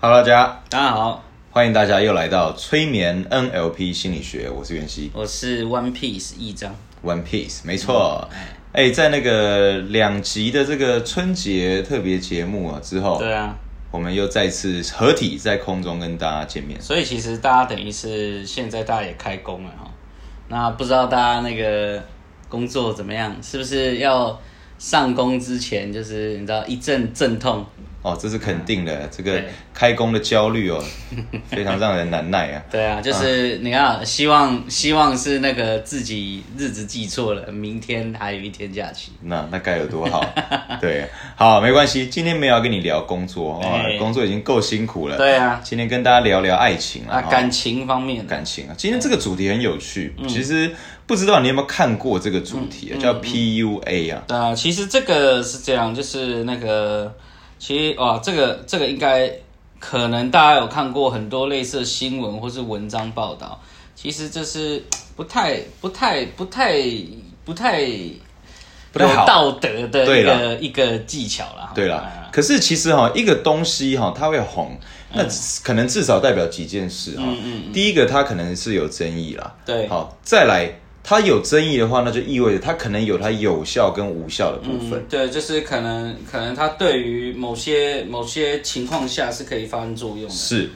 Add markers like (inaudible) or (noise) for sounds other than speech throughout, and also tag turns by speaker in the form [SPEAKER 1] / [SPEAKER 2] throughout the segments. [SPEAKER 1] Hello，大家，
[SPEAKER 2] 大家好，
[SPEAKER 1] 欢迎大家又来到催眠 NLP 心理学，我是袁熙
[SPEAKER 2] 我是 One Piece 一章。
[SPEAKER 1] ，One Piece，没错。
[SPEAKER 2] 嗯
[SPEAKER 1] 哎，在那个两集的这个春节特别节目啊之后，
[SPEAKER 2] 对啊，
[SPEAKER 1] 我们又再次合体在空中跟大家见面。
[SPEAKER 2] 所以其实大家等于是现在大家也开工了哈。那不知道大家那个工作怎么样？是不是要上工之前就是你知道一阵阵痛？
[SPEAKER 1] 哦，这是肯定的，这个
[SPEAKER 2] 嗯对
[SPEAKER 1] 开工的焦虑
[SPEAKER 2] (laughs)
[SPEAKER 1] 哦，非常让人难耐啊。
[SPEAKER 2] 对啊，就是你看，希望希望是那个自己日子记错了，明天还有一天假期。
[SPEAKER 1] 那那该有多好？ (laughs) 对，好，没关系，今天没有要跟你聊工作哦，
[SPEAKER 2] 哎
[SPEAKER 1] 工作已经够辛苦了。
[SPEAKER 2] 对啊
[SPEAKER 1] 今天跟大家聊聊爱情了
[SPEAKER 2] 啊，
[SPEAKER 1] 哦
[SPEAKER 2] 感情方面，
[SPEAKER 1] 感情啊。今天这个主题很有趣，
[SPEAKER 2] 嗯
[SPEAKER 1] 其实不知道你有没有看过这个主题啊，叫 PUA 啊。
[SPEAKER 2] 啊、其实这个是这样，就是那个，其实哦哇，这个这个应该可能大家有看过很多类似的新闻或是文章报道，其实这是不太不太不太不太
[SPEAKER 1] 不太好
[SPEAKER 2] 有道德的
[SPEAKER 1] 对
[SPEAKER 2] 一
[SPEAKER 1] 啦
[SPEAKER 2] 个一个技巧啦。
[SPEAKER 1] 对
[SPEAKER 2] 哎
[SPEAKER 1] 啦，可是其实哈、一个东西哈、它会红，
[SPEAKER 2] 嗯
[SPEAKER 1] 那可能至少代表几件事哈、第一个，它可能是有争议啦。
[SPEAKER 2] 对
[SPEAKER 1] 好，再来，它有争议的话，那就意味着它可能有它有效跟无效的部分。
[SPEAKER 2] 嗯，对，就是可能可能它对于某些某些情况下是可以发生作用的。
[SPEAKER 1] 是，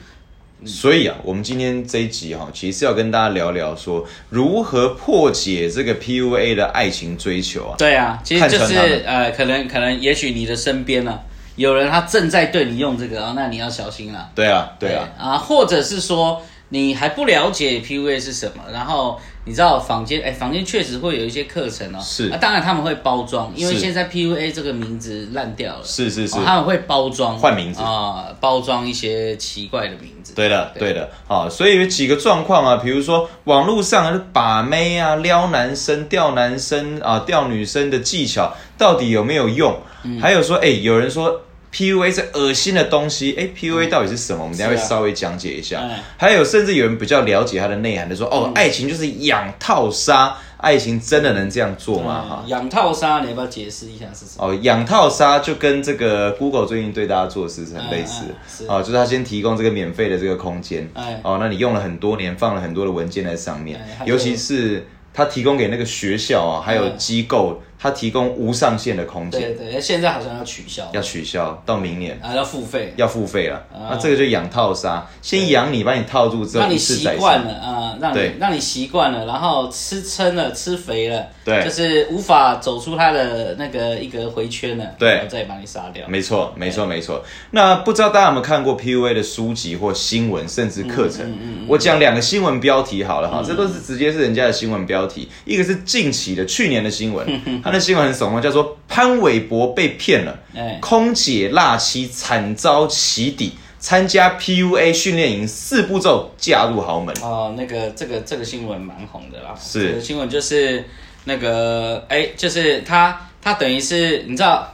[SPEAKER 1] 所以啊，我们今天这一集哈、其实是要跟大家聊聊说如何破解这个 PUA 的爱情追求啊。
[SPEAKER 2] 对啊，其实
[SPEAKER 1] 看
[SPEAKER 2] 就
[SPEAKER 1] 穿
[SPEAKER 2] 是
[SPEAKER 1] 他们
[SPEAKER 2] 呃，可能可能，也许你的身边啊，有人他正在对你用这个啊，那你要小心啦。
[SPEAKER 1] 对啊，对啊，
[SPEAKER 2] 啊，或者是说你还不了解 PUA 是什么，然后你知道坊间哎，坊间确实会有一些课程哦，
[SPEAKER 1] 是
[SPEAKER 2] 啊，当然他们会包装，因为
[SPEAKER 1] 是
[SPEAKER 2] 现在 PUA 这个名字烂掉了，
[SPEAKER 1] 是是是
[SPEAKER 2] 哦他们会包装
[SPEAKER 1] 换名字
[SPEAKER 2] 啊、包装一些奇怪的名字，
[SPEAKER 1] 对的，
[SPEAKER 2] 对
[SPEAKER 1] 对的，好、所以有几个状况啊，比如说网络上啊把妹啊、撩男生、钓男生啊、钓女生的技巧到底有没有用？
[SPEAKER 2] 嗯
[SPEAKER 1] 还有说，哎、有人说 PUA 是恶心的东西，哎、p u a 到底是什么？我们等一下
[SPEAKER 2] 嗯是
[SPEAKER 1] 会
[SPEAKER 2] 啊
[SPEAKER 1] 稍微讲解一下。
[SPEAKER 2] 哎嗯
[SPEAKER 1] 还有，甚至有人比较了解它的内涵的说，哦，爱情就是养套杀，爱情真的能这样做吗？啊哈、
[SPEAKER 2] 嗯养套杀，你要不要解释一下是什么？
[SPEAKER 1] 哦，养套杀就跟这个 Google 最近对大家做的事是很类似
[SPEAKER 2] 嗯嗯是
[SPEAKER 1] 哦，就是它先提供这个免费的这个空间，
[SPEAKER 2] 哎
[SPEAKER 1] 哦，那你用了很多年，放了很多的文件在上面
[SPEAKER 2] 哎，它就
[SPEAKER 1] 尤其是它提供给那个学校啊，还有
[SPEAKER 2] 嗯
[SPEAKER 1] 机构，它提供无上限的空
[SPEAKER 2] 对
[SPEAKER 1] 间，
[SPEAKER 2] 对，现在好像要取消，
[SPEAKER 1] 要取消到明年。
[SPEAKER 2] 啊，要付费，
[SPEAKER 1] 要付费了，
[SPEAKER 2] 啊
[SPEAKER 1] 那这个就养套杀，先养你，把你套住之后
[SPEAKER 2] 让
[SPEAKER 1] 一
[SPEAKER 2] 你
[SPEAKER 1] 次
[SPEAKER 2] 习
[SPEAKER 1] 宰
[SPEAKER 2] 惯
[SPEAKER 1] 杀，
[SPEAKER 2] 了啊、让
[SPEAKER 1] 对
[SPEAKER 2] 你让你习惯了，然后吃撑了，吃肥了，
[SPEAKER 1] 对
[SPEAKER 2] 就是无法走出他的那个一个回圈了，
[SPEAKER 1] 对
[SPEAKER 2] 然后再把你杀掉。
[SPEAKER 1] 没错，没错，没错。那不知道大家有没有看过 PUA 的书籍或新闻，甚至课
[SPEAKER 2] 嗯
[SPEAKER 1] 程？我讲两个新闻标题好了哈，这都是直接是人家的新闻标题。一个是近期的去年的新闻，
[SPEAKER 2] (laughs)
[SPEAKER 1] 它的新闻很耸动，叫做潘玮柏被骗了，
[SPEAKER 2] 哎
[SPEAKER 1] 空姐辣妻惨遭起底，参加 PUA 训练营四步骤嫁入豪门。
[SPEAKER 2] 哦，那个这个这个新闻蛮红的啦，
[SPEAKER 1] 是
[SPEAKER 2] 这个新闻就是那个哎，就是他他等于是你知道。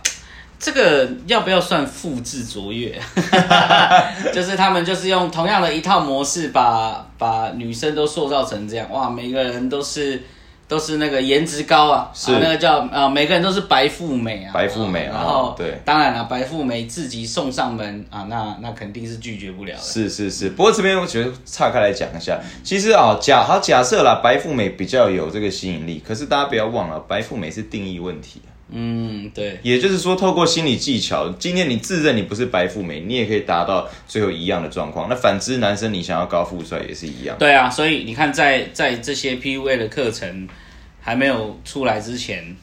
[SPEAKER 2] 这个要不要算复制卓越？ (laughs) 就是他们就是用同样的一套模式把把女生都塑造成这样，哇，每个人都是都是那个颜值高啊，
[SPEAKER 1] 是
[SPEAKER 2] 啊那个叫呃，每个人都是白富美啊，
[SPEAKER 1] 白富美啊
[SPEAKER 2] 然后
[SPEAKER 1] 对
[SPEAKER 2] 当然了、白富美自己送上门啊，那那肯定是拒绝不了的。
[SPEAKER 1] 是是是，不过这边我觉得岔开来讲一下，其实啊、假好假设啦，白富美比较有这个吸引力，可是大家不要忘了，白富美是定义问题。
[SPEAKER 2] 嗯，对，
[SPEAKER 1] 也就是说，透过心理技巧，今天你自认你不是白富美，你也可以达到最后一样的状况。那反之，男生你想要高富帅也是一样。
[SPEAKER 2] 对啊，所以你看在，在这些 PUA 的课程还没有出来之前，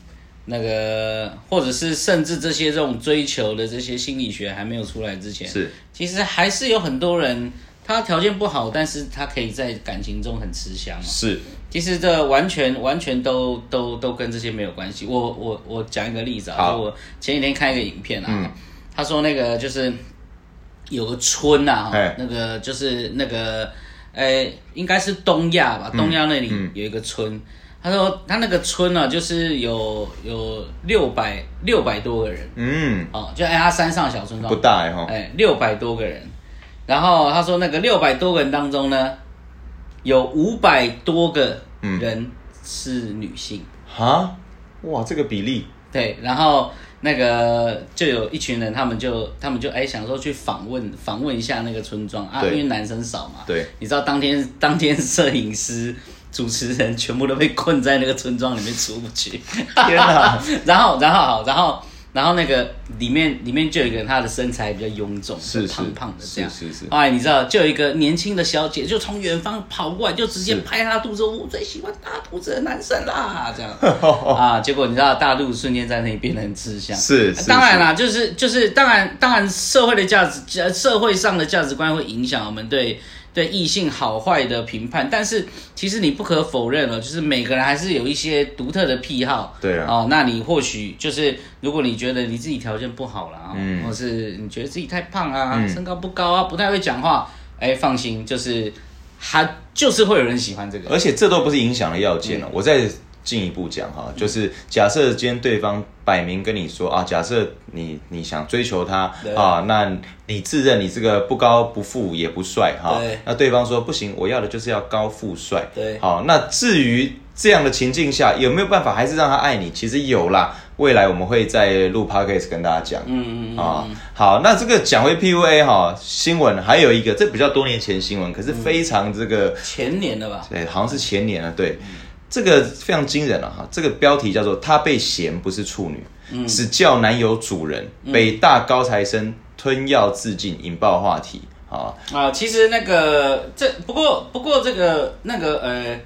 [SPEAKER 2] 那个或者是甚至这些这种追求的这些心理学还没有出来之前，
[SPEAKER 1] 是
[SPEAKER 2] 其实还是有很多人他条件不好，但是他可以在感情中很吃香哦。
[SPEAKER 1] 是，
[SPEAKER 2] 其实这完全完全都都都跟这些没有关系。我我我讲一个例子啊，
[SPEAKER 1] 好嗯
[SPEAKER 2] 就我前几天看一个影片啊，他说那个就是有个村呐、
[SPEAKER 1] 嘿
[SPEAKER 2] 啊，那个就是那个，呃、应该是东亚
[SPEAKER 1] 嗯
[SPEAKER 2] 吧，东亚那里有一个村。他说他那个村呢、啊，就是有有六百六百多个人
[SPEAKER 1] 嗯，
[SPEAKER 2] 哦，就哎、他山上小村庄
[SPEAKER 1] 不，大哎吼，
[SPEAKER 2] 哎，六百多个人。然后他说，那个六百多个人当中呢，有五百多个人是女性，
[SPEAKER 1] 哈，哇，这个比例
[SPEAKER 2] 对。然后那个就有一群人，他们就他们就哎、想说去访问访问一下那个村庄啊，因
[SPEAKER 1] 对
[SPEAKER 2] 为男生少嘛。
[SPEAKER 1] 对，
[SPEAKER 2] 你知道当天当天摄影师、主持人全部都被困在那个村庄里面出不去。
[SPEAKER 1] 天哪！
[SPEAKER 2] (laughs) 然后然后好，然后然后那个里面里面就有一个人，他的身材比较臃肿，
[SPEAKER 1] 是是
[SPEAKER 2] 胖胖的这样。
[SPEAKER 1] 是是是
[SPEAKER 2] 哎，你知道，就有一个年轻的小姐就从远方跑过来，就直接
[SPEAKER 1] 是
[SPEAKER 2] 拍他肚子，哦我最喜欢大肚子的男生啦，这样啊。结果你知道，大陆瞬间在那里变得很吃香。
[SPEAKER 1] 哦是是
[SPEAKER 2] 当然啦，就是就是，当然当然，社会的价值，呃，社会上的价值观会影响我们对对异性好坏的评判。但是其实你不可否认了，就是每个人还是有一些独特的癖好。
[SPEAKER 1] 对啊
[SPEAKER 2] 哦，那你或许就是，如果你觉得你自己条件不好啦，嗯、或是你觉得自己太胖啊，
[SPEAKER 1] 嗯
[SPEAKER 2] 身高不高啊，不太会讲话，哎，放心，就是还就是会有人喜欢这个。
[SPEAKER 1] 而且这都不是影响的要件哦
[SPEAKER 2] 嗯
[SPEAKER 1] 了、我再进一步讲哈，就是假设今天对方摆明跟你说啊，假设你你想追求他
[SPEAKER 2] 对
[SPEAKER 1] 啊，那你自认你这个不高不富也不帅哈
[SPEAKER 2] 对，
[SPEAKER 1] 那对方说不行，我要的就是要高富帅。
[SPEAKER 2] 对
[SPEAKER 1] 好，那至于这样的情境下有没有办法还是让他爱你？其实有啦，未来我们会在录 podcast 跟大家讲。
[SPEAKER 2] 嗯，嗯嗯
[SPEAKER 1] 啊、好，那这个讲回 PUA 哈、新闻还有一个，这比较多年前新闻，可
[SPEAKER 2] 嗯
[SPEAKER 1] 是非常这个、
[SPEAKER 2] 前年的吧，
[SPEAKER 1] 对，好像是前年了，对，这个非常惊人了、哈。这个标题叫做“她被嫌不是处女，
[SPEAKER 2] 嗯
[SPEAKER 1] 只叫男友主人”，北大高材生吞药自尽，引爆话题啊。
[SPEAKER 2] 啊，其实那个这不过不过这个那个呃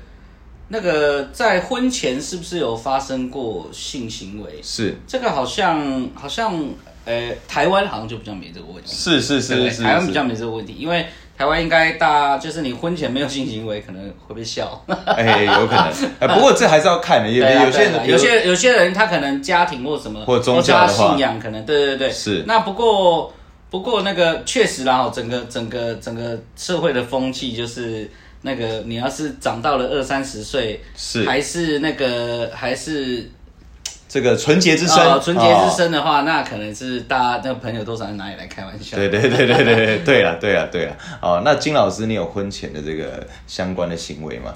[SPEAKER 2] 那个在婚前是不是有发生过性行为？
[SPEAKER 1] 是
[SPEAKER 2] 这个好像好像呃台湾好像就比较没这个问题，
[SPEAKER 1] 是是
[SPEAKER 2] 对不
[SPEAKER 1] 是
[SPEAKER 2] 对
[SPEAKER 1] 是，
[SPEAKER 2] 台湾比较
[SPEAKER 1] 是
[SPEAKER 2] 没这个问题，因为台湾应该大就是你婚前没有性行为可能会被笑。
[SPEAKER 1] 哎，有可
[SPEAKER 2] (laughs)
[SPEAKER 1] 能，哎，不过这还是要看的，有
[SPEAKER 2] 对啊
[SPEAKER 1] 有些
[SPEAKER 2] 对啊
[SPEAKER 1] 人，
[SPEAKER 2] 有些有些人他可能家庭或什么，
[SPEAKER 1] 或宗教的话
[SPEAKER 2] 或是他信仰可能，对对对，
[SPEAKER 1] 是
[SPEAKER 2] 那不过不过那个确实啦，哦整个整个整个社会的风气就是那个，你要是长到了二三十岁，
[SPEAKER 1] 是
[SPEAKER 2] 还是那个还是
[SPEAKER 1] 这个纯洁之
[SPEAKER 2] 呃
[SPEAKER 1] 身，
[SPEAKER 2] 纯洁之
[SPEAKER 1] 哦。
[SPEAKER 2] 身的话，那可能是大家那个朋友多少拿你来开玩笑。
[SPEAKER 1] 对对对对对对对了对了对了哦，那金老师，你有婚前的这个相关的行为吗？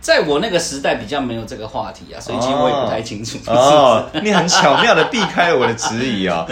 [SPEAKER 2] 在我那个时代比较没有这个话题啊，所以其实我也不太清楚。
[SPEAKER 1] (laughs) 哦，你很巧妙的避开了我的质疑
[SPEAKER 2] (laughs)
[SPEAKER 1] 哦。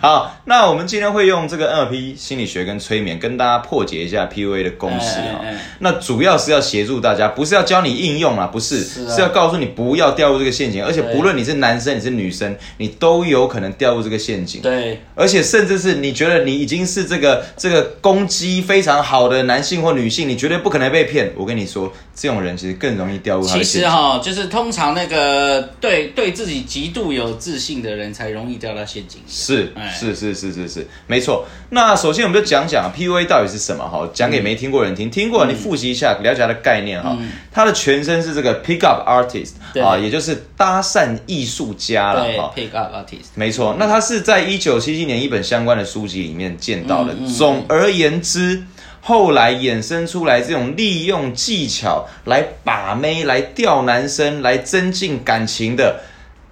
[SPEAKER 1] 好，那我们今天会用这个 NLP 心理学跟催眠跟大家破解一下 PUA 的公式啊、哦。
[SPEAKER 2] 哎哎哎
[SPEAKER 1] 那主要是要协助大家，不是要教你应用啦，不是，
[SPEAKER 2] 是啊
[SPEAKER 1] 要告诉你不要掉入这个陷阱，而且不论你是男生你是女生，你都有可能掉入这个陷阱。
[SPEAKER 2] (laughs) 对，
[SPEAKER 1] 而且甚至是你觉得你已经是这个这个攻击非常好的男性或女性，你绝对不可能被骗。我跟你说，这种人其实更容易掉入他
[SPEAKER 2] 其
[SPEAKER 1] 的陷
[SPEAKER 2] 实
[SPEAKER 1] 阱。
[SPEAKER 2] 哈、就是通常那个对对自己极度有自信的人，才容易掉到陷阱里。
[SPEAKER 1] 是
[SPEAKER 2] 哎
[SPEAKER 1] 是是是是是，没错。那首先我们就讲啊讲 PUA 到底是什么哈，讲给没听过的人听，听过的
[SPEAKER 2] 嗯
[SPEAKER 1] 你复习一下，了解它的概念哈。它的全称是这个 Pick Up Artist
[SPEAKER 2] 对
[SPEAKER 1] 啊，也就是搭讪艺术家了
[SPEAKER 2] 对
[SPEAKER 1] 哈。
[SPEAKER 2] ，pick up artist。
[SPEAKER 1] 没错，那它是在一九七七年一本相关的书籍里面见到的。
[SPEAKER 2] 嗯
[SPEAKER 1] 总而言之，后来衍生出来这种利用技巧来把妹、来钓男生、来增进感情的，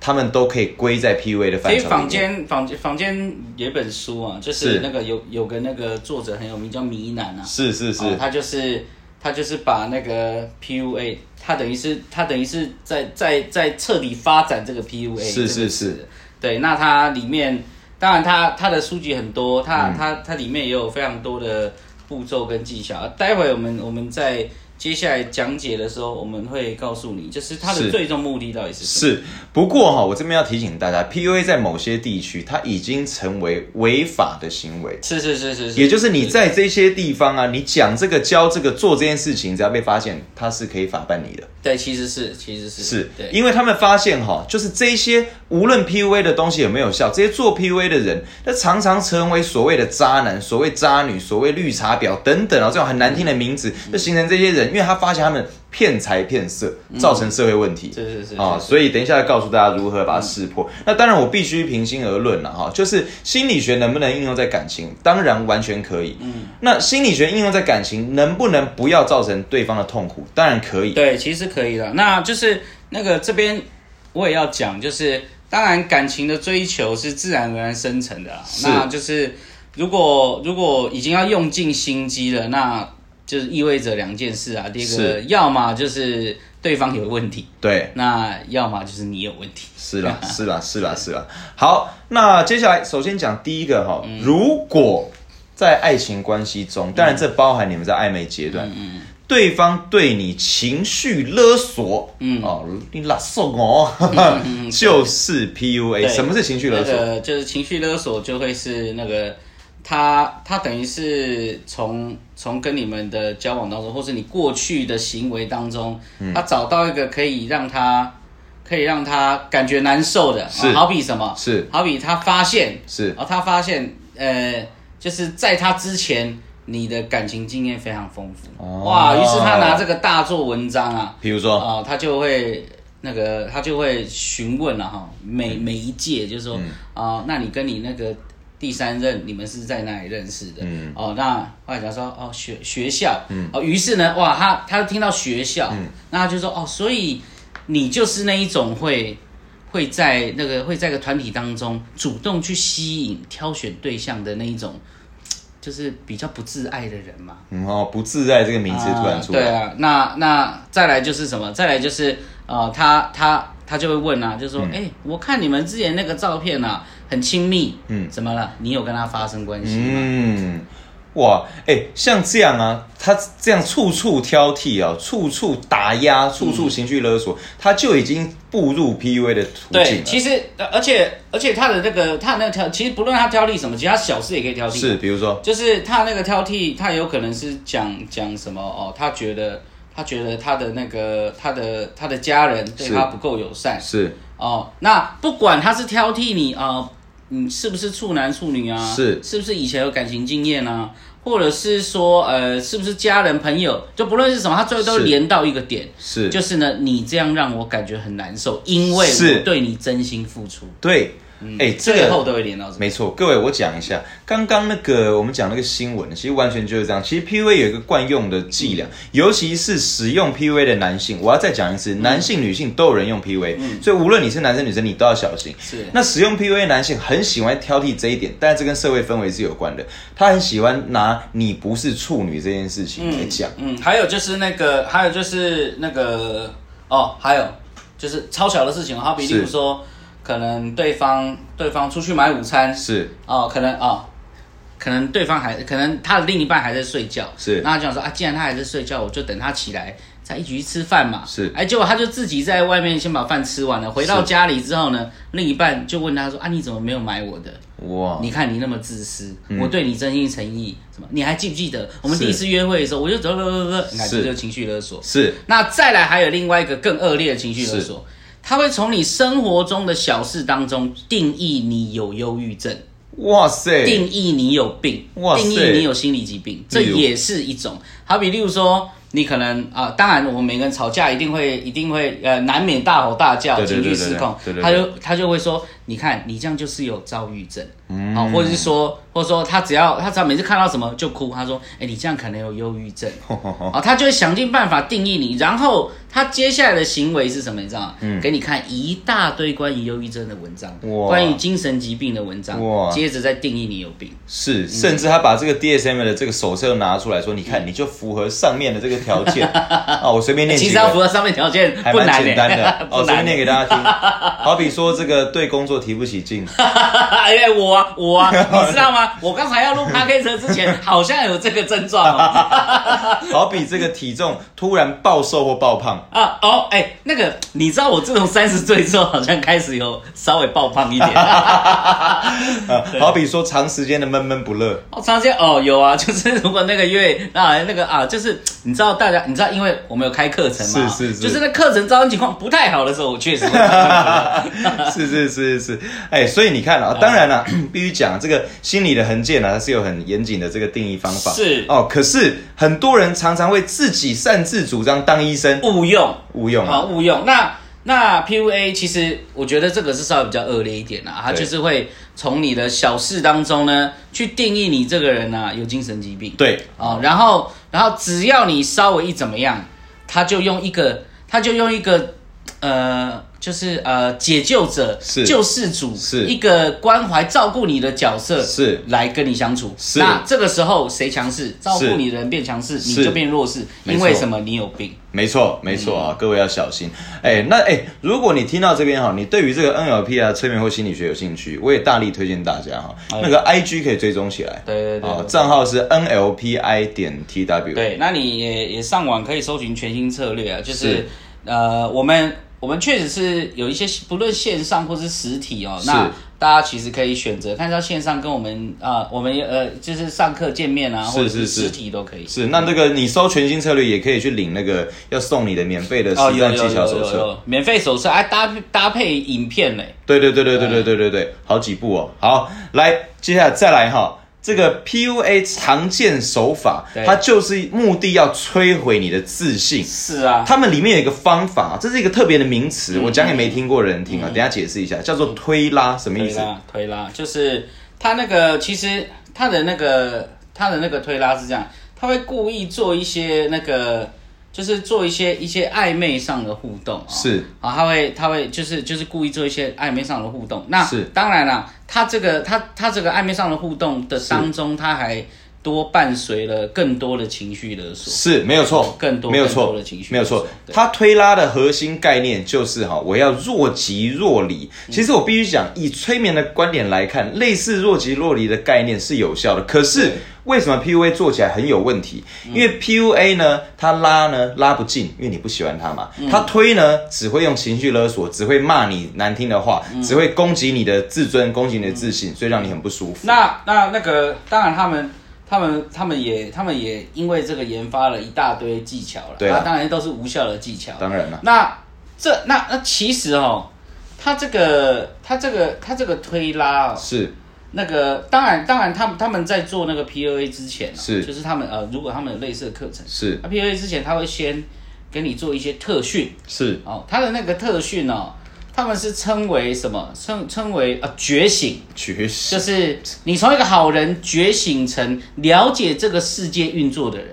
[SPEAKER 1] 他们都可以归在 PUA 的范
[SPEAKER 2] 所以
[SPEAKER 1] 畴里
[SPEAKER 2] 坊
[SPEAKER 1] 面。
[SPEAKER 2] 间坊间坊间有一本书啊，就是
[SPEAKER 1] 是
[SPEAKER 2] 那个有有个那个作者很有名叫米南啊，
[SPEAKER 1] 是是是。
[SPEAKER 2] 哦他就是他就是把那个 PUA，他等于是他等于是在在在彻底发展这个 PUA，
[SPEAKER 1] 是
[SPEAKER 2] 这
[SPEAKER 1] 是
[SPEAKER 2] 个
[SPEAKER 1] 是
[SPEAKER 2] 词，对，那它里面当然它它的书籍很多，它、
[SPEAKER 1] 嗯
[SPEAKER 2] 它它里面也有非常多的步骤跟技巧，待会我们我们在接下来讲解的时候，我们会告诉你，就是它的
[SPEAKER 1] 是
[SPEAKER 2] 最终目的到底是什么。
[SPEAKER 1] 是，不过哈、我这边要提醒大家，PUA 在某些地区它已经成为违法的行为，
[SPEAKER 2] 是是是是是，
[SPEAKER 1] 也就是你在这些地方啊，你讲这个、教这个、做这件事情，只要被发现，它是可以法办你的。
[SPEAKER 2] 对，其实是其实是
[SPEAKER 1] 是
[SPEAKER 2] 对，
[SPEAKER 1] 因为他们发现哈、就是这些无论 PUA 的东西有没有效，这些做 PUA 的人，那常常成为所谓的渣男、所谓渣女、所谓绿茶婊等等啊，这种很难听的名字，就形成这些人，因为他发现他们骗财骗色，
[SPEAKER 2] 嗯
[SPEAKER 1] 造成社会问题。
[SPEAKER 2] 是是是
[SPEAKER 1] 啊、所以等一下要告诉大家如何把它识破。那当然，我必须平心而论了哈，就是心理学能不能应用在感情，当然完全可以。嗯，那心理学应用在感情，能不能不要造成对方的痛苦？当然可以。
[SPEAKER 2] 对，其实可以的。那就是那个这边我也要讲，就是当然感情的追求是自然而然生成的啦。
[SPEAKER 1] 是
[SPEAKER 2] 那就是如果如果已经要用尽心机了，那就是意味着两件事啊。第一个
[SPEAKER 1] 是，
[SPEAKER 2] 要么就是对方有问题，
[SPEAKER 1] 对，
[SPEAKER 2] 那要么就是你有问题。
[SPEAKER 1] 是啦，是啦，是啦，是啦。好，那接下来首先讲第一个哈，
[SPEAKER 2] 嗯
[SPEAKER 1] 如果在爱情关系中，当然这包含你们在暧昧阶
[SPEAKER 2] 嗯
[SPEAKER 1] 段，对方对你情绪勒索，嗯，哦，你拉送哦，(laughs)
[SPEAKER 2] 嗯
[SPEAKER 1] 就是 PUA。
[SPEAKER 2] 对
[SPEAKER 1] 什么是情绪勒
[SPEAKER 2] 那
[SPEAKER 1] 索？
[SPEAKER 2] 个就是情绪勒索，就会是那个他他等于是从从跟你们的交往当中，或是你过去的行为当中，
[SPEAKER 1] 嗯
[SPEAKER 2] 他找到一个可以让他可以让他感觉难受的，
[SPEAKER 1] 是
[SPEAKER 2] 啊好比什么？
[SPEAKER 1] 是
[SPEAKER 2] 好比他发现，
[SPEAKER 1] 是
[SPEAKER 2] 哦，他发现，呃，就是在他之前。你的感情经验非常丰富，
[SPEAKER 1] 哦
[SPEAKER 2] 哇！于是他拿这个大做文章啊，
[SPEAKER 1] 比如说，
[SPEAKER 2] 啊、他就会那个，他就会询问了哈，每每一届就是说啊、那你跟你那个第三任，你们是在哪里认识的？嗯，哦，那后来讲说哦学学校，嗯，哦，于是呢，哇，他他听到学校，嗯，那他就说哦，所以你就是那一种会。会在那个会在一个团体当中主动去吸引挑选对象的那一种，就是比较不自爱的人嘛。
[SPEAKER 1] 嗯哦，不自在这个名词突然出来，
[SPEAKER 2] 啊对啊，那那再来就是什么？再来就是呃，他他他就会问啊，就
[SPEAKER 1] 嗯
[SPEAKER 2] 说，哎、我看你们之前那个照片啊，很亲密，嗯，怎么了？你有跟他发生关系吗？
[SPEAKER 1] 嗯，哇，哎、像这样啊，他这样处处挑剔啊，处处打压，处处情绪勒索，他就已经步入 PUA 的途径
[SPEAKER 2] 对，
[SPEAKER 1] 了。
[SPEAKER 2] 其实呃而且而且他的那个他的那个挑，其实不论他挑剔什么，其实他小事也可以挑剔，
[SPEAKER 1] 是，比如说，
[SPEAKER 2] 就是他那个挑剔，他有可能是讲讲什么哦，他觉得。他觉得他的那个他的他的家人对
[SPEAKER 1] 是
[SPEAKER 2] 他不够友善，
[SPEAKER 1] 是
[SPEAKER 2] 哦，那不管他是挑剔你啊、呃你是不是处男处女啊？
[SPEAKER 1] 是
[SPEAKER 2] 是不是以前有感情经验啊？或者是说，呃，是不是家人朋友？就不论是什么，他最后都
[SPEAKER 1] 是
[SPEAKER 2] 连到一个点，
[SPEAKER 1] 是，
[SPEAKER 2] 就是呢，你这样让我感觉很难受，因为
[SPEAKER 1] 是
[SPEAKER 2] 我对你真心付出，
[SPEAKER 1] 对，哎、这
[SPEAKER 2] 嗯最
[SPEAKER 1] 个
[SPEAKER 2] 后都会连到这个。
[SPEAKER 1] 没错，各位，我讲一下，刚刚那个我们讲那个新闻，其实完全就是这样。其实 PUA 有一个惯用的伎
[SPEAKER 2] 嗯
[SPEAKER 1] 俩，尤其是使用 PUA 的男性，我要再讲一次，
[SPEAKER 2] 嗯
[SPEAKER 1] 男性、女性都有人用 PUA，、所以无论你是男生女生，你都要小心。
[SPEAKER 2] 是
[SPEAKER 1] 那使用 PUA 男性很喜欢挑剔这一点，但这跟社会氛围是有关的。他很喜欢拿你不是处女这件事情来讲，
[SPEAKER 2] 嗯，还有就是那个，还有就是那个，哦，还有就是超小的事情，好比例
[SPEAKER 1] 是
[SPEAKER 2] 如说，可能对方对方出去买午餐，
[SPEAKER 1] 是
[SPEAKER 2] 哦，可能哦，可能对方还可能他的另一半还在睡觉，
[SPEAKER 1] 是
[SPEAKER 2] 那他就想说啊，既然他还在睡觉，我就等他起来再一起去吃饭嘛，
[SPEAKER 1] 是
[SPEAKER 2] 哎，结果他就自己在外面先把饭吃完了，回到家里之后呢，另一半就问他说啊，你怎么没有买我的？
[SPEAKER 1] 哇，
[SPEAKER 2] 你看你那么自私，我对你真心诚意，什么？你还记不记得我
[SPEAKER 1] 嗯
[SPEAKER 2] 们
[SPEAKER 1] 是
[SPEAKER 2] 第一次约会的时候，我就得得得得，你看
[SPEAKER 1] 是
[SPEAKER 2] 这就是情绪勒索，
[SPEAKER 1] 是
[SPEAKER 2] 那再来还有另外一个更恶劣的情绪勒索，他会从你生活中的小事当中定义你有忧郁症，
[SPEAKER 1] 哇塞，
[SPEAKER 2] 定义你有病，
[SPEAKER 1] 哇塞哎
[SPEAKER 2] 定义你有心理疾病，这
[SPEAKER 1] 例如
[SPEAKER 2] 也是一种。好比例如说，你可能啊、当然我们每个人吵架一定会一定会呃难免大吼大叫，
[SPEAKER 1] 对对
[SPEAKER 2] 情
[SPEAKER 1] 对
[SPEAKER 2] 绪失控
[SPEAKER 1] 对对对，
[SPEAKER 2] 他就他就会说，你看你这样就是有躁郁症，
[SPEAKER 1] 嗯
[SPEAKER 2] 好、或者是说或者说他只要他只要每次看到什么就哭，他说，哎，你这样可能有忧郁症。
[SPEAKER 1] 哦
[SPEAKER 2] 啊，他就会想尽办法定义你，然后他接下来的行为是什么？你知道吗？给你看一大堆关于忧郁症的文章，
[SPEAKER 1] 嗯哇
[SPEAKER 2] 关于精神疾病的文章
[SPEAKER 1] 哇，
[SPEAKER 2] 接着再定义你有病。
[SPEAKER 1] (laughs) 是，甚至他把这个 DSM 的这个手册拿出来说，你
[SPEAKER 2] 嗯
[SPEAKER 1] 看，你就符合上面的这个条
[SPEAKER 2] (laughs)
[SPEAKER 1] 件啊，我随便念
[SPEAKER 2] 其
[SPEAKER 1] 几
[SPEAKER 2] 实要符
[SPEAKER 1] 个。
[SPEAKER 2] 合上面条件
[SPEAKER 1] 还
[SPEAKER 2] 不
[SPEAKER 1] 蛮
[SPEAKER 2] 难
[SPEAKER 1] 简
[SPEAKER 2] 耶
[SPEAKER 1] 单 (laughs)
[SPEAKER 2] (laughs)
[SPEAKER 1] 的哦，
[SPEAKER 2] 不
[SPEAKER 1] 随便
[SPEAKER 2] 难欸
[SPEAKER 1] 念
[SPEAKER 2] 耶。
[SPEAKER 1] 给大家听。好比说这个对工作提不起
[SPEAKER 2] (laughs)
[SPEAKER 1] 劲，
[SPEAKER 2] 哎、我啊，
[SPEAKER 1] (laughs)
[SPEAKER 2] 我啊，你知道吗？我刚才要录 p a c k a 之前，好像有这个症状哦。
[SPEAKER 1] (laughs) 好比这个体重突然暴瘦或暴胖，
[SPEAKER 2] 啊，哦，哎、那个，你知道我自从三十岁之后，好像开始有稍微爆胖一点。
[SPEAKER 1] 呃，好比说长时间的闷闷不乐，
[SPEAKER 2] 哦，常见哦，有啊， (laughs) 就是如果那个月啊，那个啊，就是你知道大家，你知道，因为我们有开课程嘛，
[SPEAKER 1] 是是是
[SPEAKER 2] 就是那课程招生情况不太好的时候，我确实会 (laughs) 慢慢
[SPEAKER 1] (laughs)
[SPEAKER 2] 地
[SPEAKER 1] 是是是是，哎，所以你看
[SPEAKER 2] 嗯
[SPEAKER 1] 啊，当然了、 (clears throat) 必须讲这个心理的横见啊，它是有很严谨的这个定义方法，
[SPEAKER 2] 是
[SPEAKER 1] 哦。可是很多人常常会自己擅自主张当医生，
[SPEAKER 2] 误用
[SPEAKER 1] 无用
[SPEAKER 2] 啊，
[SPEAKER 1] 啊，
[SPEAKER 2] 误用。那那 PUA 其实我觉得这个是稍微比较恶劣一点啦、它
[SPEAKER 1] 对
[SPEAKER 2] 就是会从你的小事当中呢，去定义你这个人啊有精神疾病。
[SPEAKER 1] 对，
[SPEAKER 2] 哦，然后然后只要你稍微一怎么样，他就用一个他就用一个呃，就是呃解救者、
[SPEAKER 1] 是
[SPEAKER 2] 救世主，
[SPEAKER 1] 是
[SPEAKER 2] 一个关怀照顾你的角色，
[SPEAKER 1] 是
[SPEAKER 2] 来跟你相处。
[SPEAKER 1] 是
[SPEAKER 2] 那这个时候谁强势，照顾
[SPEAKER 1] 是
[SPEAKER 2] 你的人变强势，你
[SPEAKER 1] 是
[SPEAKER 2] 就变弱势，
[SPEAKER 1] 没
[SPEAKER 2] 因为
[SPEAKER 1] 错
[SPEAKER 2] 什么？你有病。
[SPEAKER 1] 没错，没错
[SPEAKER 2] 嗯
[SPEAKER 1] 啊，各位要小心。哎、那哎、如果你听到这边哈，你对于这个 NLP 啊、催眠或心理学有兴趣，我也大力推荐大家哈，那个 IG 可以追踪起来，
[SPEAKER 2] 哎对对对
[SPEAKER 1] 啊
[SPEAKER 2] 对
[SPEAKER 1] 账号是 NLPI 点 TW，，
[SPEAKER 2] 对，那你也也上网可以搜寻全新策略啊，就是
[SPEAKER 1] 是
[SPEAKER 2] 呃，我们我们确实是有一些不论线上或是实体哦，那
[SPEAKER 1] 是
[SPEAKER 2] 大家其实可以选择看到线上跟我们啊、呃我们呃就是上课见面啊，
[SPEAKER 1] 是
[SPEAKER 2] 或者是
[SPEAKER 1] 是是
[SPEAKER 2] 实体都可以。
[SPEAKER 1] 是那这个你搜全新策略也可以去领那个要送你的免费的实
[SPEAKER 2] 有
[SPEAKER 1] 战
[SPEAKER 2] 哦有
[SPEAKER 1] 技巧
[SPEAKER 2] 有
[SPEAKER 1] 手
[SPEAKER 2] 有
[SPEAKER 1] 册。
[SPEAKER 2] 有，免费手册，还搭配搭配影片嘞。
[SPEAKER 1] 对对对对对对对对对，好几步哦。好，来，接下来再来哈，这个 PUA 常见手法
[SPEAKER 2] 对，
[SPEAKER 1] 它就是目的要摧毁你的自信。
[SPEAKER 2] 是啊，
[SPEAKER 1] 他们里面有一个方法，啊这是一个特别的名词，
[SPEAKER 2] 嗯
[SPEAKER 1] 我讲给没听过的人听啊，等一下解释一下，叫做推拉，什么意
[SPEAKER 2] 推
[SPEAKER 1] 思？
[SPEAKER 2] 拉推拉，就是他那个其实他的那个他的那个推拉是这样，他会故意做一些那个，就是做一些一些暧昧上的互动、哦，
[SPEAKER 1] 是
[SPEAKER 2] 啊，他会他会就是就是故意做一些暧昧上的互动。那
[SPEAKER 1] 是
[SPEAKER 2] 当然啦，他这个他他这个暧昧上的互动的当中，他还多伴随了更多的情绪勒索。
[SPEAKER 1] 是没有错，
[SPEAKER 2] 更多
[SPEAKER 1] 没有
[SPEAKER 2] 更
[SPEAKER 1] 错
[SPEAKER 2] 多的情绪
[SPEAKER 1] 没有错。
[SPEAKER 2] 对
[SPEAKER 1] 它推拉的核心概念就是哈，我要若即若离。
[SPEAKER 2] 嗯
[SPEAKER 1] 其实我必须讲，以催眠的观点来看，类似若即若离的概念是有效的。可是
[SPEAKER 2] 对嗯
[SPEAKER 1] 为什么 PUA 做起来很有问题？因为 PUA 呢，它拉呢拉不进，因为你不喜欢它嘛。
[SPEAKER 2] 嗯
[SPEAKER 1] 它推呢，只会用情绪勒索，只会骂你难听的话，
[SPEAKER 2] 嗯
[SPEAKER 1] 只会攻击你的自尊，攻击你的自信，所以让你很不舒服。
[SPEAKER 2] 那那那个，当然他们他们他们也他们也因为这个研发了一大堆技巧了，
[SPEAKER 1] 对啊
[SPEAKER 2] 那当然都是无效的技巧。
[SPEAKER 1] 当然了，
[SPEAKER 2] 那这那那其实哦，他这个他这个他这个推拉哦，
[SPEAKER 1] 是
[SPEAKER 2] 那个当然当然他们他们在做那个 PUA 之前、啊，
[SPEAKER 1] 是
[SPEAKER 2] 就是他们呃，如果他们有类似的课程，
[SPEAKER 1] 是
[SPEAKER 2] 那 PUA 之前他会先给你做一些特训
[SPEAKER 1] 是
[SPEAKER 2] 哦，他的那个特训哦，他们是称为什么？称称为呃觉醒。
[SPEAKER 1] 绝世
[SPEAKER 2] 就是你从一个好人觉醒成了解这个世界运作的人，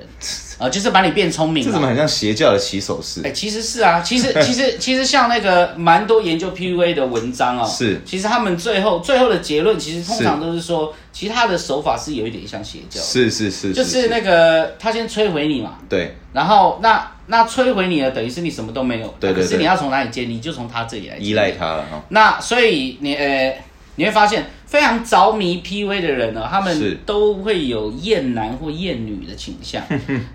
[SPEAKER 2] 啊、就是把你变聪明
[SPEAKER 1] 这怎么
[SPEAKER 2] 了。
[SPEAKER 1] 很像邪教的起手式
[SPEAKER 2] 哎、？其实是啊，其
[SPEAKER 1] (laughs)
[SPEAKER 2] 实其实其实像那个蛮多研究 PUA 的文章哦，
[SPEAKER 1] 是
[SPEAKER 2] 其实他们最后最后的结论，其实通常都是说，其实他的手法是有一点像邪教，
[SPEAKER 1] 是是是，
[SPEAKER 2] 就是那个他先摧毁你嘛，
[SPEAKER 1] 对
[SPEAKER 2] 然后那那摧毁你了，等于是你什么都没有，
[SPEAKER 1] 对对对
[SPEAKER 2] 可是你要从哪里建立，你就从他这里来建立
[SPEAKER 1] 依赖他了哈。
[SPEAKER 2] 那所以你呃，你会发现非常着迷 PV 的人呢，他
[SPEAKER 1] 是
[SPEAKER 2] 们都会有厌男或厌女的倾
[SPEAKER 1] (laughs)
[SPEAKER 2] 向。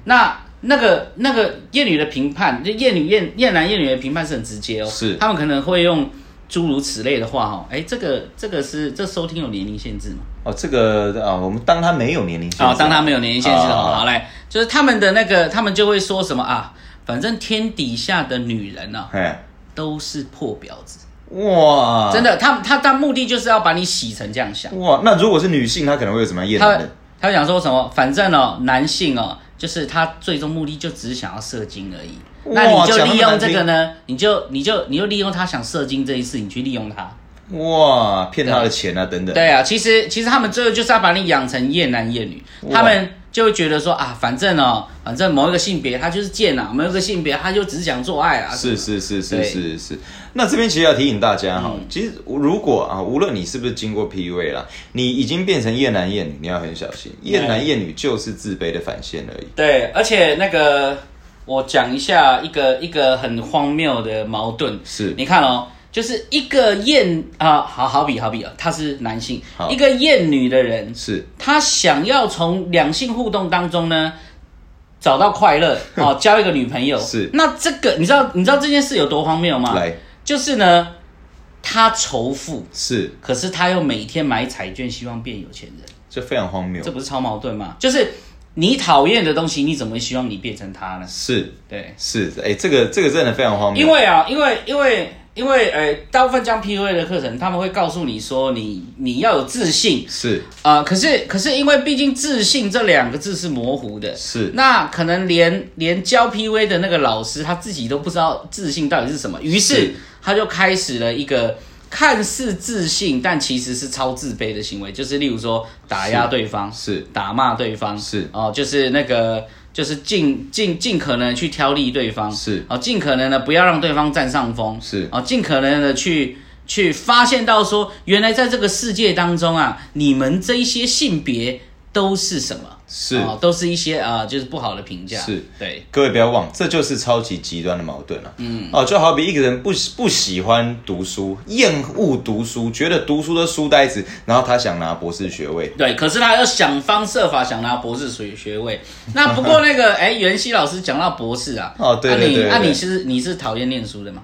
[SPEAKER 2] 那那个那个厌女的评判，就厌女厌厌男厌女的评判是很直接哦，
[SPEAKER 1] 是
[SPEAKER 2] 他们可能会用诸如此类的话哈、哦，哎，这个这个是这收听有年龄限制吗？
[SPEAKER 1] 哦，这个啊，我们当他没有年龄限制
[SPEAKER 2] 啊、当他没有年龄限制
[SPEAKER 1] 啊
[SPEAKER 2] 哦，好嘞，就是他们的那个，他们就会说什么啊，反正天底下的女人呢、啊、
[SPEAKER 1] 哎，
[SPEAKER 2] 都是破婊子，
[SPEAKER 1] 哇，
[SPEAKER 2] 真的，他他他目的就是要把你洗成这样想。
[SPEAKER 1] 哇，那如果是女性，她可能会有什么样厌
[SPEAKER 2] 他
[SPEAKER 1] 男的？
[SPEAKER 2] 他讲说什么？反正哦，男性哦，就是他最终目的就只是想要射精而已。
[SPEAKER 1] 哇
[SPEAKER 2] 那你
[SPEAKER 1] 讲
[SPEAKER 2] 就
[SPEAKER 1] 那么
[SPEAKER 2] 利用
[SPEAKER 1] 难
[SPEAKER 2] 这
[SPEAKER 1] 听
[SPEAKER 2] 个呢？你就你就你就利用他想射精这一事，你去利用他。
[SPEAKER 1] 哇，骗她的钱啊，等等。
[SPEAKER 2] 对啊，其实其实他们最后就是要把你养成厌男厌女，他们就会觉得说啊，反正哦，反正某一个性别他就是贱啊，某一个性别他就只想做爱啊。
[SPEAKER 1] 是是是是
[SPEAKER 2] 对嗯
[SPEAKER 1] 是是。那这边其实要提醒大家哈，其实如果啊，无论你是不是经过 PUA 啦，你已经变成厌男厌女，你要很小心。厌男厌女就是自卑的反现而已。
[SPEAKER 2] 对，而且那个我讲一下一个一个很荒谬的矛盾，
[SPEAKER 1] 是
[SPEAKER 2] 你看哦，就是一个厌啊、好好比好比啊，他是男性
[SPEAKER 1] 好，
[SPEAKER 2] 一个厌女的人，
[SPEAKER 1] 是
[SPEAKER 2] 他想要从两性互动当中呢。找到快
[SPEAKER 1] (laughs)
[SPEAKER 2] 乐哦，交一个女朋友
[SPEAKER 1] 是
[SPEAKER 2] 那这个你知道你知道这件事有多荒谬吗？
[SPEAKER 1] 来
[SPEAKER 2] 就是呢，他仇富，
[SPEAKER 1] 是，
[SPEAKER 2] 可是他又每天买彩券，希望变有钱人，
[SPEAKER 1] 这非常荒谬
[SPEAKER 2] 这。不是超矛盾吗？就是你讨厌的东西，你怎么会希望你变成他呢？
[SPEAKER 1] 是
[SPEAKER 2] 对，
[SPEAKER 1] 是，哎、这个这个真的非常荒谬。
[SPEAKER 2] 因为啊，因为因为因为呃，大部分将 PUA 的课程，他们会告诉你说你你要有自信
[SPEAKER 1] 是
[SPEAKER 2] 啊、呃可是可是因为毕竟自信这两个字是模糊的，
[SPEAKER 1] 是
[SPEAKER 2] 那可能连连教 PUA 的那个老师他自己都不知道自信到底是什么，于是
[SPEAKER 1] 是
[SPEAKER 2] 他就开始了一个。看似自信，但其实是超自卑的行为，就是例如说打压对方，
[SPEAKER 1] 是
[SPEAKER 2] 打骂对方，
[SPEAKER 1] 是
[SPEAKER 2] 哦，就是那个就是尽尽尽可能去挑剔对方，
[SPEAKER 1] 是
[SPEAKER 2] 哦，尽可能的不要让对方占上风，
[SPEAKER 1] 是
[SPEAKER 2] 哦，尽可能的去去发现到说，原来在这个世界当中啊，你们这一些性别都是什么？
[SPEAKER 1] 是
[SPEAKER 2] 哦，都是一些啊、呃就是不好的评价，
[SPEAKER 1] 是
[SPEAKER 2] 对，
[SPEAKER 1] 各位不要忘，这就是超级极端的矛盾了、嗯，哦，就好比一个人不喜不喜欢读书，厌恶读书，觉得读书的书呆子，然后他想拿博士学位，
[SPEAKER 2] 对，可是他要想方设法想拿博士学学
[SPEAKER 1] (laughs)
[SPEAKER 2] 位。那不过那个，哎，袁熙老师讲到博士啊，
[SPEAKER 1] 哦对对对
[SPEAKER 2] 啊你啊
[SPEAKER 1] 对
[SPEAKER 2] 你是你是讨厌念书的吗？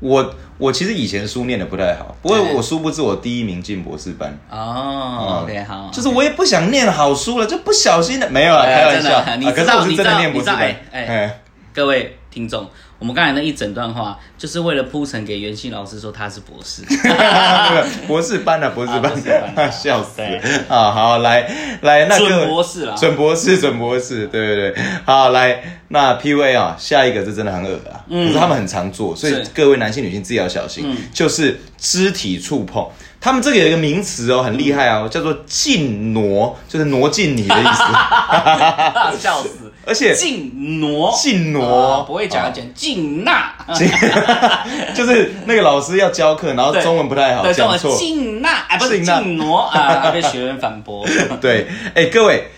[SPEAKER 1] 我我其实以前书念的不太好，不过
[SPEAKER 2] 对
[SPEAKER 1] 我殊不知我第一名进博士班。啊
[SPEAKER 2] 哦、o k 好，
[SPEAKER 1] 就是我也不想念好书了，就不小心的没有了，
[SPEAKER 2] 哎呀
[SPEAKER 1] 开玩笑。
[SPEAKER 2] 真的你
[SPEAKER 1] 啊
[SPEAKER 2] 知道
[SPEAKER 1] 可是我是
[SPEAKER 2] 你
[SPEAKER 1] 真
[SPEAKER 2] 知
[SPEAKER 1] 的
[SPEAKER 2] 道
[SPEAKER 1] 念博士班。
[SPEAKER 2] 你知道哎哎各位听众，我们刚才那一整段话，就是为了铺陈给袁熙老师说他是博士。
[SPEAKER 1] 哎 (laughs) 博士班啊，博士
[SPEAKER 2] 啊博士班啊
[SPEAKER 1] 班， (laughs) 笑死
[SPEAKER 2] 对
[SPEAKER 1] 啊！好，来来， (laughs) 那
[SPEAKER 2] 准
[SPEAKER 1] 个
[SPEAKER 2] 博士啊 (laughs) 啦
[SPEAKER 1] 准博士，准博士，对对对，好来，那 P V 啊，下一个是真的很恶啊，可是他们很常做，所以
[SPEAKER 2] 嗯是嗯
[SPEAKER 1] 各位男性女性自己要小心，就是肢体触碰。他们这个有一个名词哦，很厉害
[SPEAKER 2] 嗯
[SPEAKER 1] 哦，叫做近挪，就是挪近你的意
[SPEAKER 2] (laughs)
[SPEAKER 1] 思，
[SPEAKER 2] 笑死！
[SPEAKER 1] 而且
[SPEAKER 2] 静挪，
[SPEAKER 1] 近挪、
[SPEAKER 2] 啊不会讲要
[SPEAKER 1] 啊
[SPEAKER 2] 讲静纳，
[SPEAKER 1] 就是那个老师要教课，然后
[SPEAKER 2] 对
[SPEAKER 1] 中文不太好，
[SPEAKER 2] 对，中
[SPEAKER 1] 讲
[SPEAKER 2] 文
[SPEAKER 1] 错。
[SPEAKER 2] 静纳，啊，不是
[SPEAKER 1] 静纳
[SPEAKER 2] 静挪啊，被学员反
[SPEAKER 1] (laughs)
[SPEAKER 2] 驳。
[SPEAKER 1] 对，哎、各位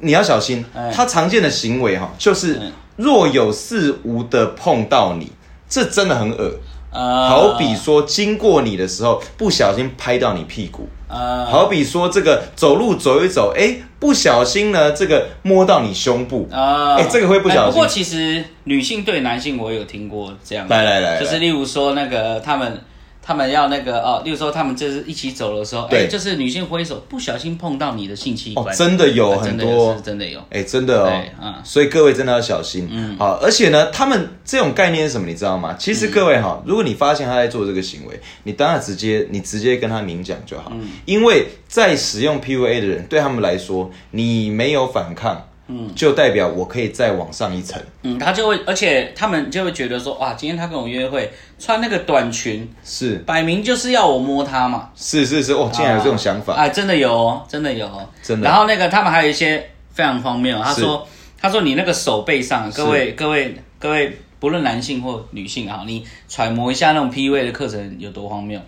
[SPEAKER 1] 你要小心
[SPEAKER 2] 哎，
[SPEAKER 1] 他常见的行为哈，就是
[SPEAKER 2] 嗯
[SPEAKER 1] 若有似无的碰到你，这真的很恶。
[SPEAKER 2] 呃
[SPEAKER 1] 好比说，经过你的时候不小心拍到你屁股，
[SPEAKER 2] 呃，
[SPEAKER 1] 好比说这个走路走一走，哎，不小心呢这个摸到你胸部，
[SPEAKER 2] 啊，
[SPEAKER 1] 哎这个会不小心
[SPEAKER 2] 不过其实女性对男性，我有听过这样的，
[SPEAKER 1] 来来来来
[SPEAKER 2] 就是例如说那个他们。他们要那个哦，例如说他们就是一起走的时候，哎、
[SPEAKER 1] 对
[SPEAKER 2] 就是女性挥手不小心碰到你的性器
[SPEAKER 1] 哦
[SPEAKER 2] 官，，
[SPEAKER 1] 真的有
[SPEAKER 2] 啊
[SPEAKER 1] 很
[SPEAKER 2] 真的有
[SPEAKER 1] 多
[SPEAKER 2] 是，真的有，
[SPEAKER 1] 哎、真的哦
[SPEAKER 2] 对，嗯
[SPEAKER 1] 所以各位真的要小心，嗯，好，而且呢，他们这种概念是什么，你知道吗？其实各位
[SPEAKER 2] 嗯
[SPEAKER 1] 哈、如果你发现他在做这个行为，你当然直接你直接跟他明讲就好，
[SPEAKER 2] 嗯
[SPEAKER 1] 因为在使用 PUA 的人对他们来说，你没有反抗，嗯，就代表我可以再往上一层，
[SPEAKER 2] 嗯，他就会，而且他们就会觉得说，哇，今天他跟我约会，穿那个短裙，
[SPEAKER 1] 是
[SPEAKER 2] 摆明就是要我摸他嘛。
[SPEAKER 1] 是是是，哦，竟然有这种想法，
[SPEAKER 2] 啊，真的有哦，真的有哦，
[SPEAKER 1] 真的
[SPEAKER 2] 然后那个他们还有一些非常荒谬，他
[SPEAKER 1] 是
[SPEAKER 2] 说，他说你那个手背上，各位各位各位，不论男性或女性啊，你揣摩一下那种 PUA 的课程有多荒谬。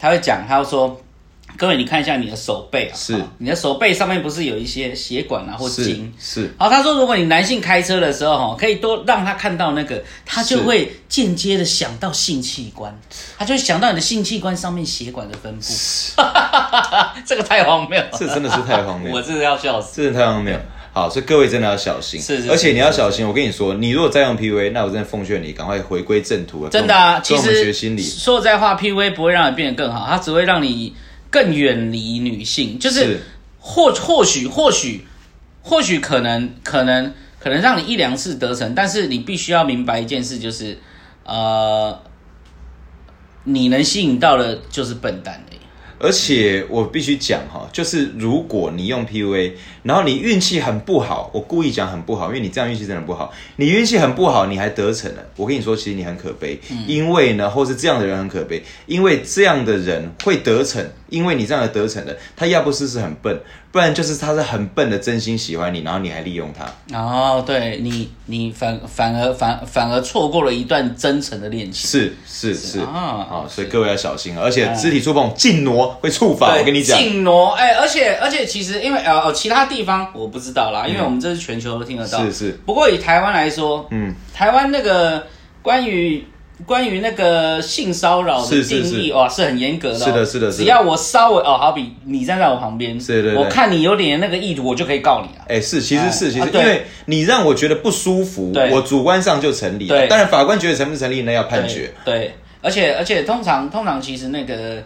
[SPEAKER 2] 他会讲，他会说，各位你看一下你的手背啊，
[SPEAKER 1] 是
[SPEAKER 2] 啊你的手背上面不是有一些血管啊或
[SPEAKER 1] 是
[SPEAKER 2] 筋？
[SPEAKER 1] 是
[SPEAKER 2] 好，他说如果你男性开车的时候哈，可以多让他看到那个，他就是会间接的想到性器官，他就会想到你的性器官上面血管的分布， (laughs) 这个太荒谬了，
[SPEAKER 1] 这真的是太荒谬，
[SPEAKER 2] (laughs) 我真的要笑死。
[SPEAKER 1] 真的太荒谬。好，所以各位真的要小心，
[SPEAKER 2] 是是
[SPEAKER 1] 而且你要小心。我跟你说，你如果再用 PUA，那我真的奉劝你赶快回归正途了。
[SPEAKER 2] 真的啊，
[SPEAKER 1] 跟
[SPEAKER 2] 其
[SPEAKER 1] 我们跟我们学
[SPEAKER 2] 实
[SPEAKER 1] 心理，
[SPEAKER 2] 说实在话，PUA 不会让你变得更好，它只会让你更远离女性，就是
[SPEAKER 1] 是
[SPEAKER 2] 或或许或许或许可能可能可能让你一两次得逞，但是你必须要明白一件事，就是呃，你能吸引到的就是笨蛋而已。
[SPEAKER 1] 而且我必须讲哈，就是如果你用 PUA，然后你运气很不好，我故意讲很不好，因为你这样运气真的不好。你运气很不好，你还得逞了，我跟你说，其实你很可悲，
[SPEAKER 2] 嗯
[SPEAKER 1] 因为呢，或是这样的人很可悲，因为这样的人会得逞，因为你这样的得逞的，他要不是是很笨，不然就是他是很笨的真心喜欢你，然后你还利用他。
[SPEAKER 2] 哦，对你，你反反而反反而错过了一段真诚的恋情。
[SPEAKER 1] 是是是
[SPEAKER 2] 啊哎
[SPEAKER 1] 啊，所以各位要小心啊！而且肢体触碰、近挪会触法，
[SPEAKER 2] 对，
[SPEAKER 1] 我跟你讲，
[SPEAKER 2] 禁挪，哎、而且而且其实因为呃，其他地方我不知道啦，因为我们这是全球都听得到。
[SPEAKER 1] 嗯是是。
[SPEAKER 2] 不过以台湾来说，嗯，台湾那个关于关于那个性骚扰的
[SPEAKER 1] 是
[SPEAKER 2] 定
[SPEAKER 1] 是
[SPEAKER 2] 义
[SPEAKER 1] 是
[SPEAKER 2] 哇是很严格的哦、
[SPEAKER 1] 是的是的是的
[SPEAKER 2] 只要我稍微哦，好比你站在我旁边，
[SPEAKER 1] 是对对
[SPEAKER 2] 我看你有点那个意图，我就可以告你啊。
[SPEAKER 1] 哎，是，其实
[SPEAKER 2] 哎
[SPEAKER 1] 是，其
[SPEAKER 2] 啊
[SPEAKER 1] 实
[SPEAKER 2] 对
[SPEAKER 1] 因为你让我觉得不舒服
[SPEAKER 2] 对，
[SPEAKER 1] 我主观上就成立了。
[SPEAKER 2] 对
[SPEAKER 1] 当然法官觉得成不成立，那要判决。
[SPEAKER 2] 对。对，而且而且通常通常其实那个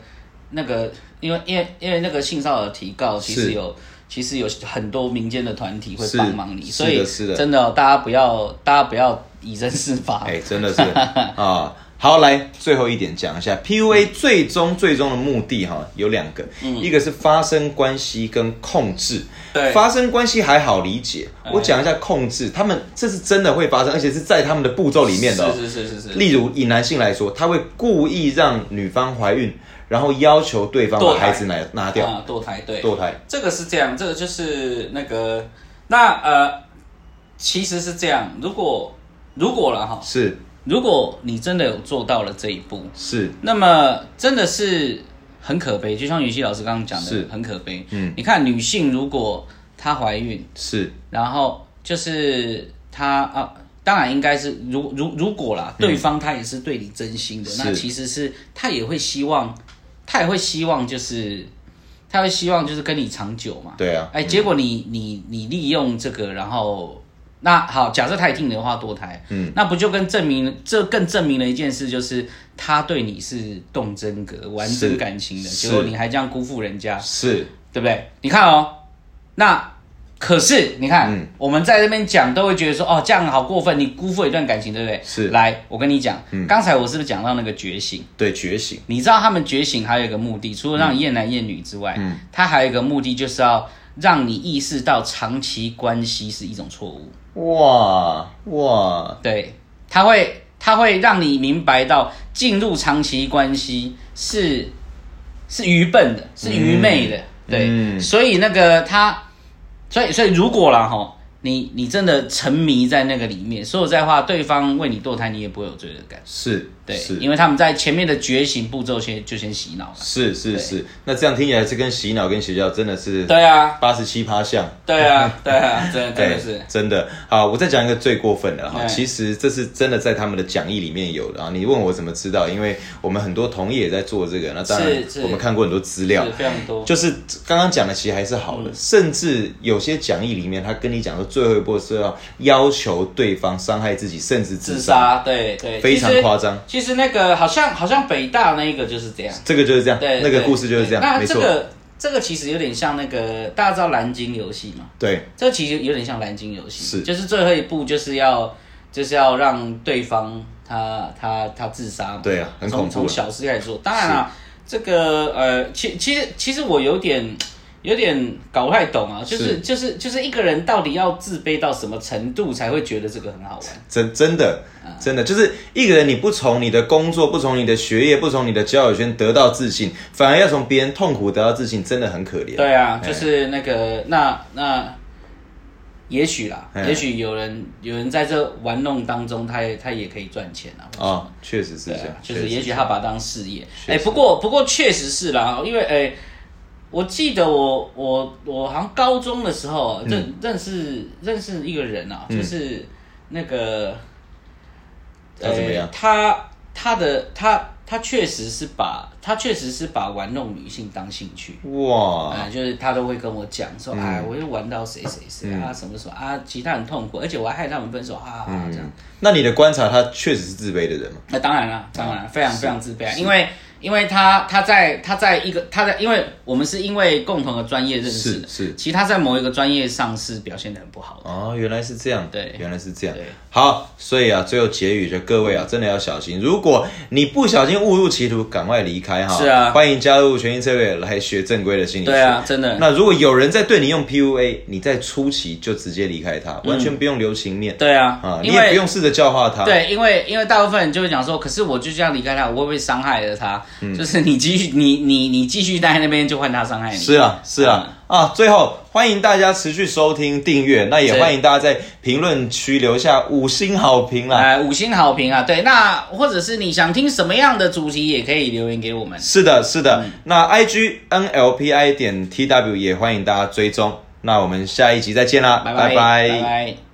[SPEAKER 2] 那个，因为因为因为那个性骚扰的提告，其实
[SPEAKER 1] 是
[SPEAKER 2] 有其实有很多民间的团体会
[SPEAKER 1] 是
[SPEAKER 2] 帮忙你，
[SPEAKER 1] 是
[SPEAKER 2] 所以
[SPEAKER 1] 的是的 (laughs)
[SPEAKER 2] 真的哦、大家不要大家不要以身试法。 (laughs)
[SPEAKER 1] 哎，真的是啊。好，来最后一点讲一下 PUA 最终最终的目的哈有两个，一个是发生关系跟控制。
[SPEAKER 2] 嗯对哎
[SPEAKER 1] 发生关系还好理解，我讲一下控制，他们这是真的会发生，而且是在他们的步骤里面的、哦。
[SPEAKER 2] 是是是是是，
[SPEAKER 1] 例如以男性来说，他会故意让女方怀孕，然后要求对方
[SPEAKER 2] 堕
[SPEAKER 1] 把
[SPEAKER 2] 胎
[SPEAKER 1] 孩子拿拿掉
[SPEAKER 2] 啊，堕胎对，
[SPEAKER 1] 堕胎。
[SPEAKER 2] 这个是这样，这个就是那个那呃，其实是这样，如果如果了哈，
[SPEAKER 1] 是
[SPEAKER 2] 如果你真的有做到了这一步，
[SPEAKER 1] 是
[SPEAKER 2] 那么真的是很可悲，就像云溪老师刚刚讲
[SPEAKER 1] 是
[SPEAKER 2] 的，很可悲。
[SPEAKER 1] 嗯
[SPEAKER 2] 你看女性如果她怀孕，
[SPEAKER 1] 是
[SPEAKER 2] 然后就是她啊，当然应该是如如如果啦，对方他也是对你真心的，
[SPEAKER 1] 嗯是
[SPEAKER 2] 那其实是他也会希望，他也会希望就是。他会希望就是跟你长久嘛，
[SPEAKER 1] 对啊
[SPEAKER 2] 哎，结果你你你利用这个，然后那好，假设他也听你的话堕胎，嗯，那不就跟证明这更证明了一件事，就是他对你是动真格、完整
[SPEAKER 1] 是
[SPEAKER 2] 感情的，
[SPEAKER 1] 是
[SPEAKER 2] 结果你还这样辜负人家，
[SPEAKER 1] 是
[SPEAKER 2] 对不对？你看哦，那可是你看，
[SPEAKER 1] 嗯
[SPEAKER 2] 我们在这边讲都会觉得说，哦，这样好过分，你辜负一段感情，对不对？
[SPEAKER 1] 是嗯
[SPEAKER 2] 来，我跟你讲，刚才我是不是讲到那个觉醒？
[SPEAKER 1] 对觉醒
[SPEAKER 2] 你知道他们觉醒还有一个目的，除
[SPEAKER 1] 嗯
[SPEAKER 2] 了让你厌男厌女之外，嗯，他还有一个目的就是要让你意识到长期关系是一种错误。
[SPEAKER 1] 哇哇
[SPEAKER 2] 对，他会他会让你明白到进入长期关系是是愚笨的，是愚昧的，对，
[SPEAKER 1] 嗯
[SPEAKER 2] 所以那个他，所以所以如果啦吼，你你真的沉迷在那个里面，说实在话，对方为你堕胎，你也不会有罪恶感，
[SPEAKER 1] 是
[SPEAKER 2] 对，
[SPEAKER 1] 是
[SPEAKER 2] 因为他们在前面的觉醒步骤先就先洗脑了，
[SPEAKER 1] 是是是，那这样听起来这跟洗脑跟邪教真的是
[SPEAKER 2] 对啊，
[SPEAKER 1] 八十七趴像。
[SPEAKER 2] 对啊，对啊，真的真的是
[SPEAKER 1] 哎，真的好，我再讲一个最过分的哈，
[SPEAKER 2] 哎
[SPEAKER 1] 其实这是真的在他们的讲义里面有的啊。你问我怎么知道？因为我们很多同业也在做这个，那当然
[SPEAKER 2] 是是
[SPEAKER 1] 我们看过很多资料
[SPEAKER 2] 是，非常多，
[SPEAKER 1] 就是刚刚讲的其实还是好
[SPEAKER 2] 嗯
[SPEAKER 1] 的，甚至有些讲义里面他跟你讲说最后一步是要要求对方伤害自己，甚至
[SPEAKER 2] 自
[SPEAKER 1] 自杀，
[SPEAKER 2] 杀，对对，
[SPEAKER 1] 非常
[SPEAKER 2] 其实
[SPEAKER 1] 夸张。
[SPEAKER 2] 其实那个好像好像北大那一个就是这样，
[SPEAKER 1] 这个就是这样，
[SPEAKER 2] 对，
[SPEAKER 1] 那个
[SPEAKER 2] 对
[SPEAKER 1] 故事就是这
[SPEAKER 2] 对
[SPEAKER 1] 样，
[SPEAKER 2] 那
[SPEAKER 1] 没
[SPEAKER 2] 这
[SPEAKER 1] 错，
[SPEAKER 2] 个这个其实有点像那个大家知道蓝鲸游戏嘛，
[SPEAKER 1] 对，
[SPEAKER 2] 这其实有点像蓝鲸游戏，
[SPEAKER 1] 是
[SPEAKER 2] 就是最后一步就是要就是要让对方他他他自杀嘛，
[SPEAKER 1] 对啊很
[SPEAKER 2] 从
[SPEAKER 1] 恐怖
[SPEAKER 2] 从
[SPEAKER 1] 了
[SPEAKER 2] 小事开始做，当然啊，这个呃，其其实其实我有点。有点搞不太懂啊，就是
[SPEAKER 1] 是
[SPEAKER 2] 就是就是一个人到底要自卑到什么程度才会觉得这个很好玩？
[SPEAKER 1] 真真的
[SPEAKER 2] 啊
[SPEAKER 1] 真的就是一个人，你不从你的工作，不从你的学业，不从你的交友圈得到自信，反而要从别人痛苦得到自信，真的很可怜。
[SPEAKER 2] 对啊，
[SPEAKER 1] 哎
[SPEAKER 2] 就是那个那那，也许啦，
[SPEAKER 1] 哎
[SPEAKER 2] 也许有人有人在这玩弄当中，他也他也可以赚钱啊。
[SPEAKER 1] 啊、确实是这
[SPEAKER 2] 对
[SPEAKER 1] 样，
[SPEAKER 2] 啊，就
[SPEAKER 1] 确
[SPEAKER 2] 是
[SPEAKER 1] 实
[SPEAKER 2] 也许他把它当事业。
[SPEAKER 1] 确
[SPEAKER 2] 哎、
[SPEAKER 1] 实
[SPEAKER 2] 不过不过确实是啦，因为哎、我记得我我我好像高中的时
[SPEAKER 1] 嗯
[SPEAKER 2] 候认、认识认识一个人啊，就是那个，
[SPEAKER 1] 他怎么
[SPEAKER 2] 哎
[SPEAKER 1] 样
[SPEAKER 2] 他他的他他确实是把他确实是把玩弄女性当兴趣。
[SPEAKER 1] 哇，
[SPEAKER 2] 啊，就是他都会跟我讲
[SPEAKER 1] 嗯
[SPEAKER 2] 说，哎，我又玩到谁谁谁啊，什么什么啊，其他很痛苦，而且我还害他们分手啊，
[SPEAKER 1] 嗯
[SPEAKER 2] 这样。
[SPEAKER 1] 那你的观察，他确实是自卑的人吗？
[SPEAKER 2] 那当然了，当然了非常非常自卑啊，因为因为他他在他在一个他在，因为我们是因为共同的专业认识的，
[SPEAKER 1] 是是
[SPEAKER 2] 其实他在某一个专业上是表现的很不好的，
[SPEAKER 1] 哦，原来是这样，
[SPEAKER 2] 对
[SPEAKER 1] 原来是这样
[SPEAKER 2] 对。
[SPEAKER 1] 好，所以啊，最后结语就各位啊，真的要小心。如果你不小心误入歧途，赶快离开哈。
[SPEAKER 2] 是啊
[SPEAKER 1] 欢迎加入全新策略来学正规的心理学。
[SPEAKER 2] 对啊，真的，
[SPEAKER 1] 那如果有人在对你用 PUA，你在初期就直接离开他，完全不用留情面、
[SPEAKER 2] 嗯对啊
[SPEAKER 1] 啊，，你
[SPEAKER 2] 因
[SPEAKER 1] 也
[SPEAKER 2] 为
[SPEAKER 1] 不用试着教化他。
[SPEAKER 2] 对，因为因为大部分人就会讲说，可是我就这样离开他，我会不会伤害了他？
[SPEAKER 1] 嗯
[SPEAKER 2] 就是你继续你你你继续待在那边，就换他伤害你。
[SPEAKER 1] 是啊，是啊，啊！最后欢迎大家持续收听、订阅，那也
[SPEAKER 2] 是
[SPEAKER 1] 欢迎大家在评论区留下五星好评啦。
[SPEAKER 2] 呃，五星好评啊，对，那或者是你想听什么样的主题，也可以留言给我们。嗯
[SPEAKER 1] 是的，是的。那 I G N L P I 点 T W 也欢迎大家追踪。那我们下一集再见啦，
[SPEAKER 2] 拜
[SPEAKER 1] 拜
[SPEAKER 2] 拜，拜拜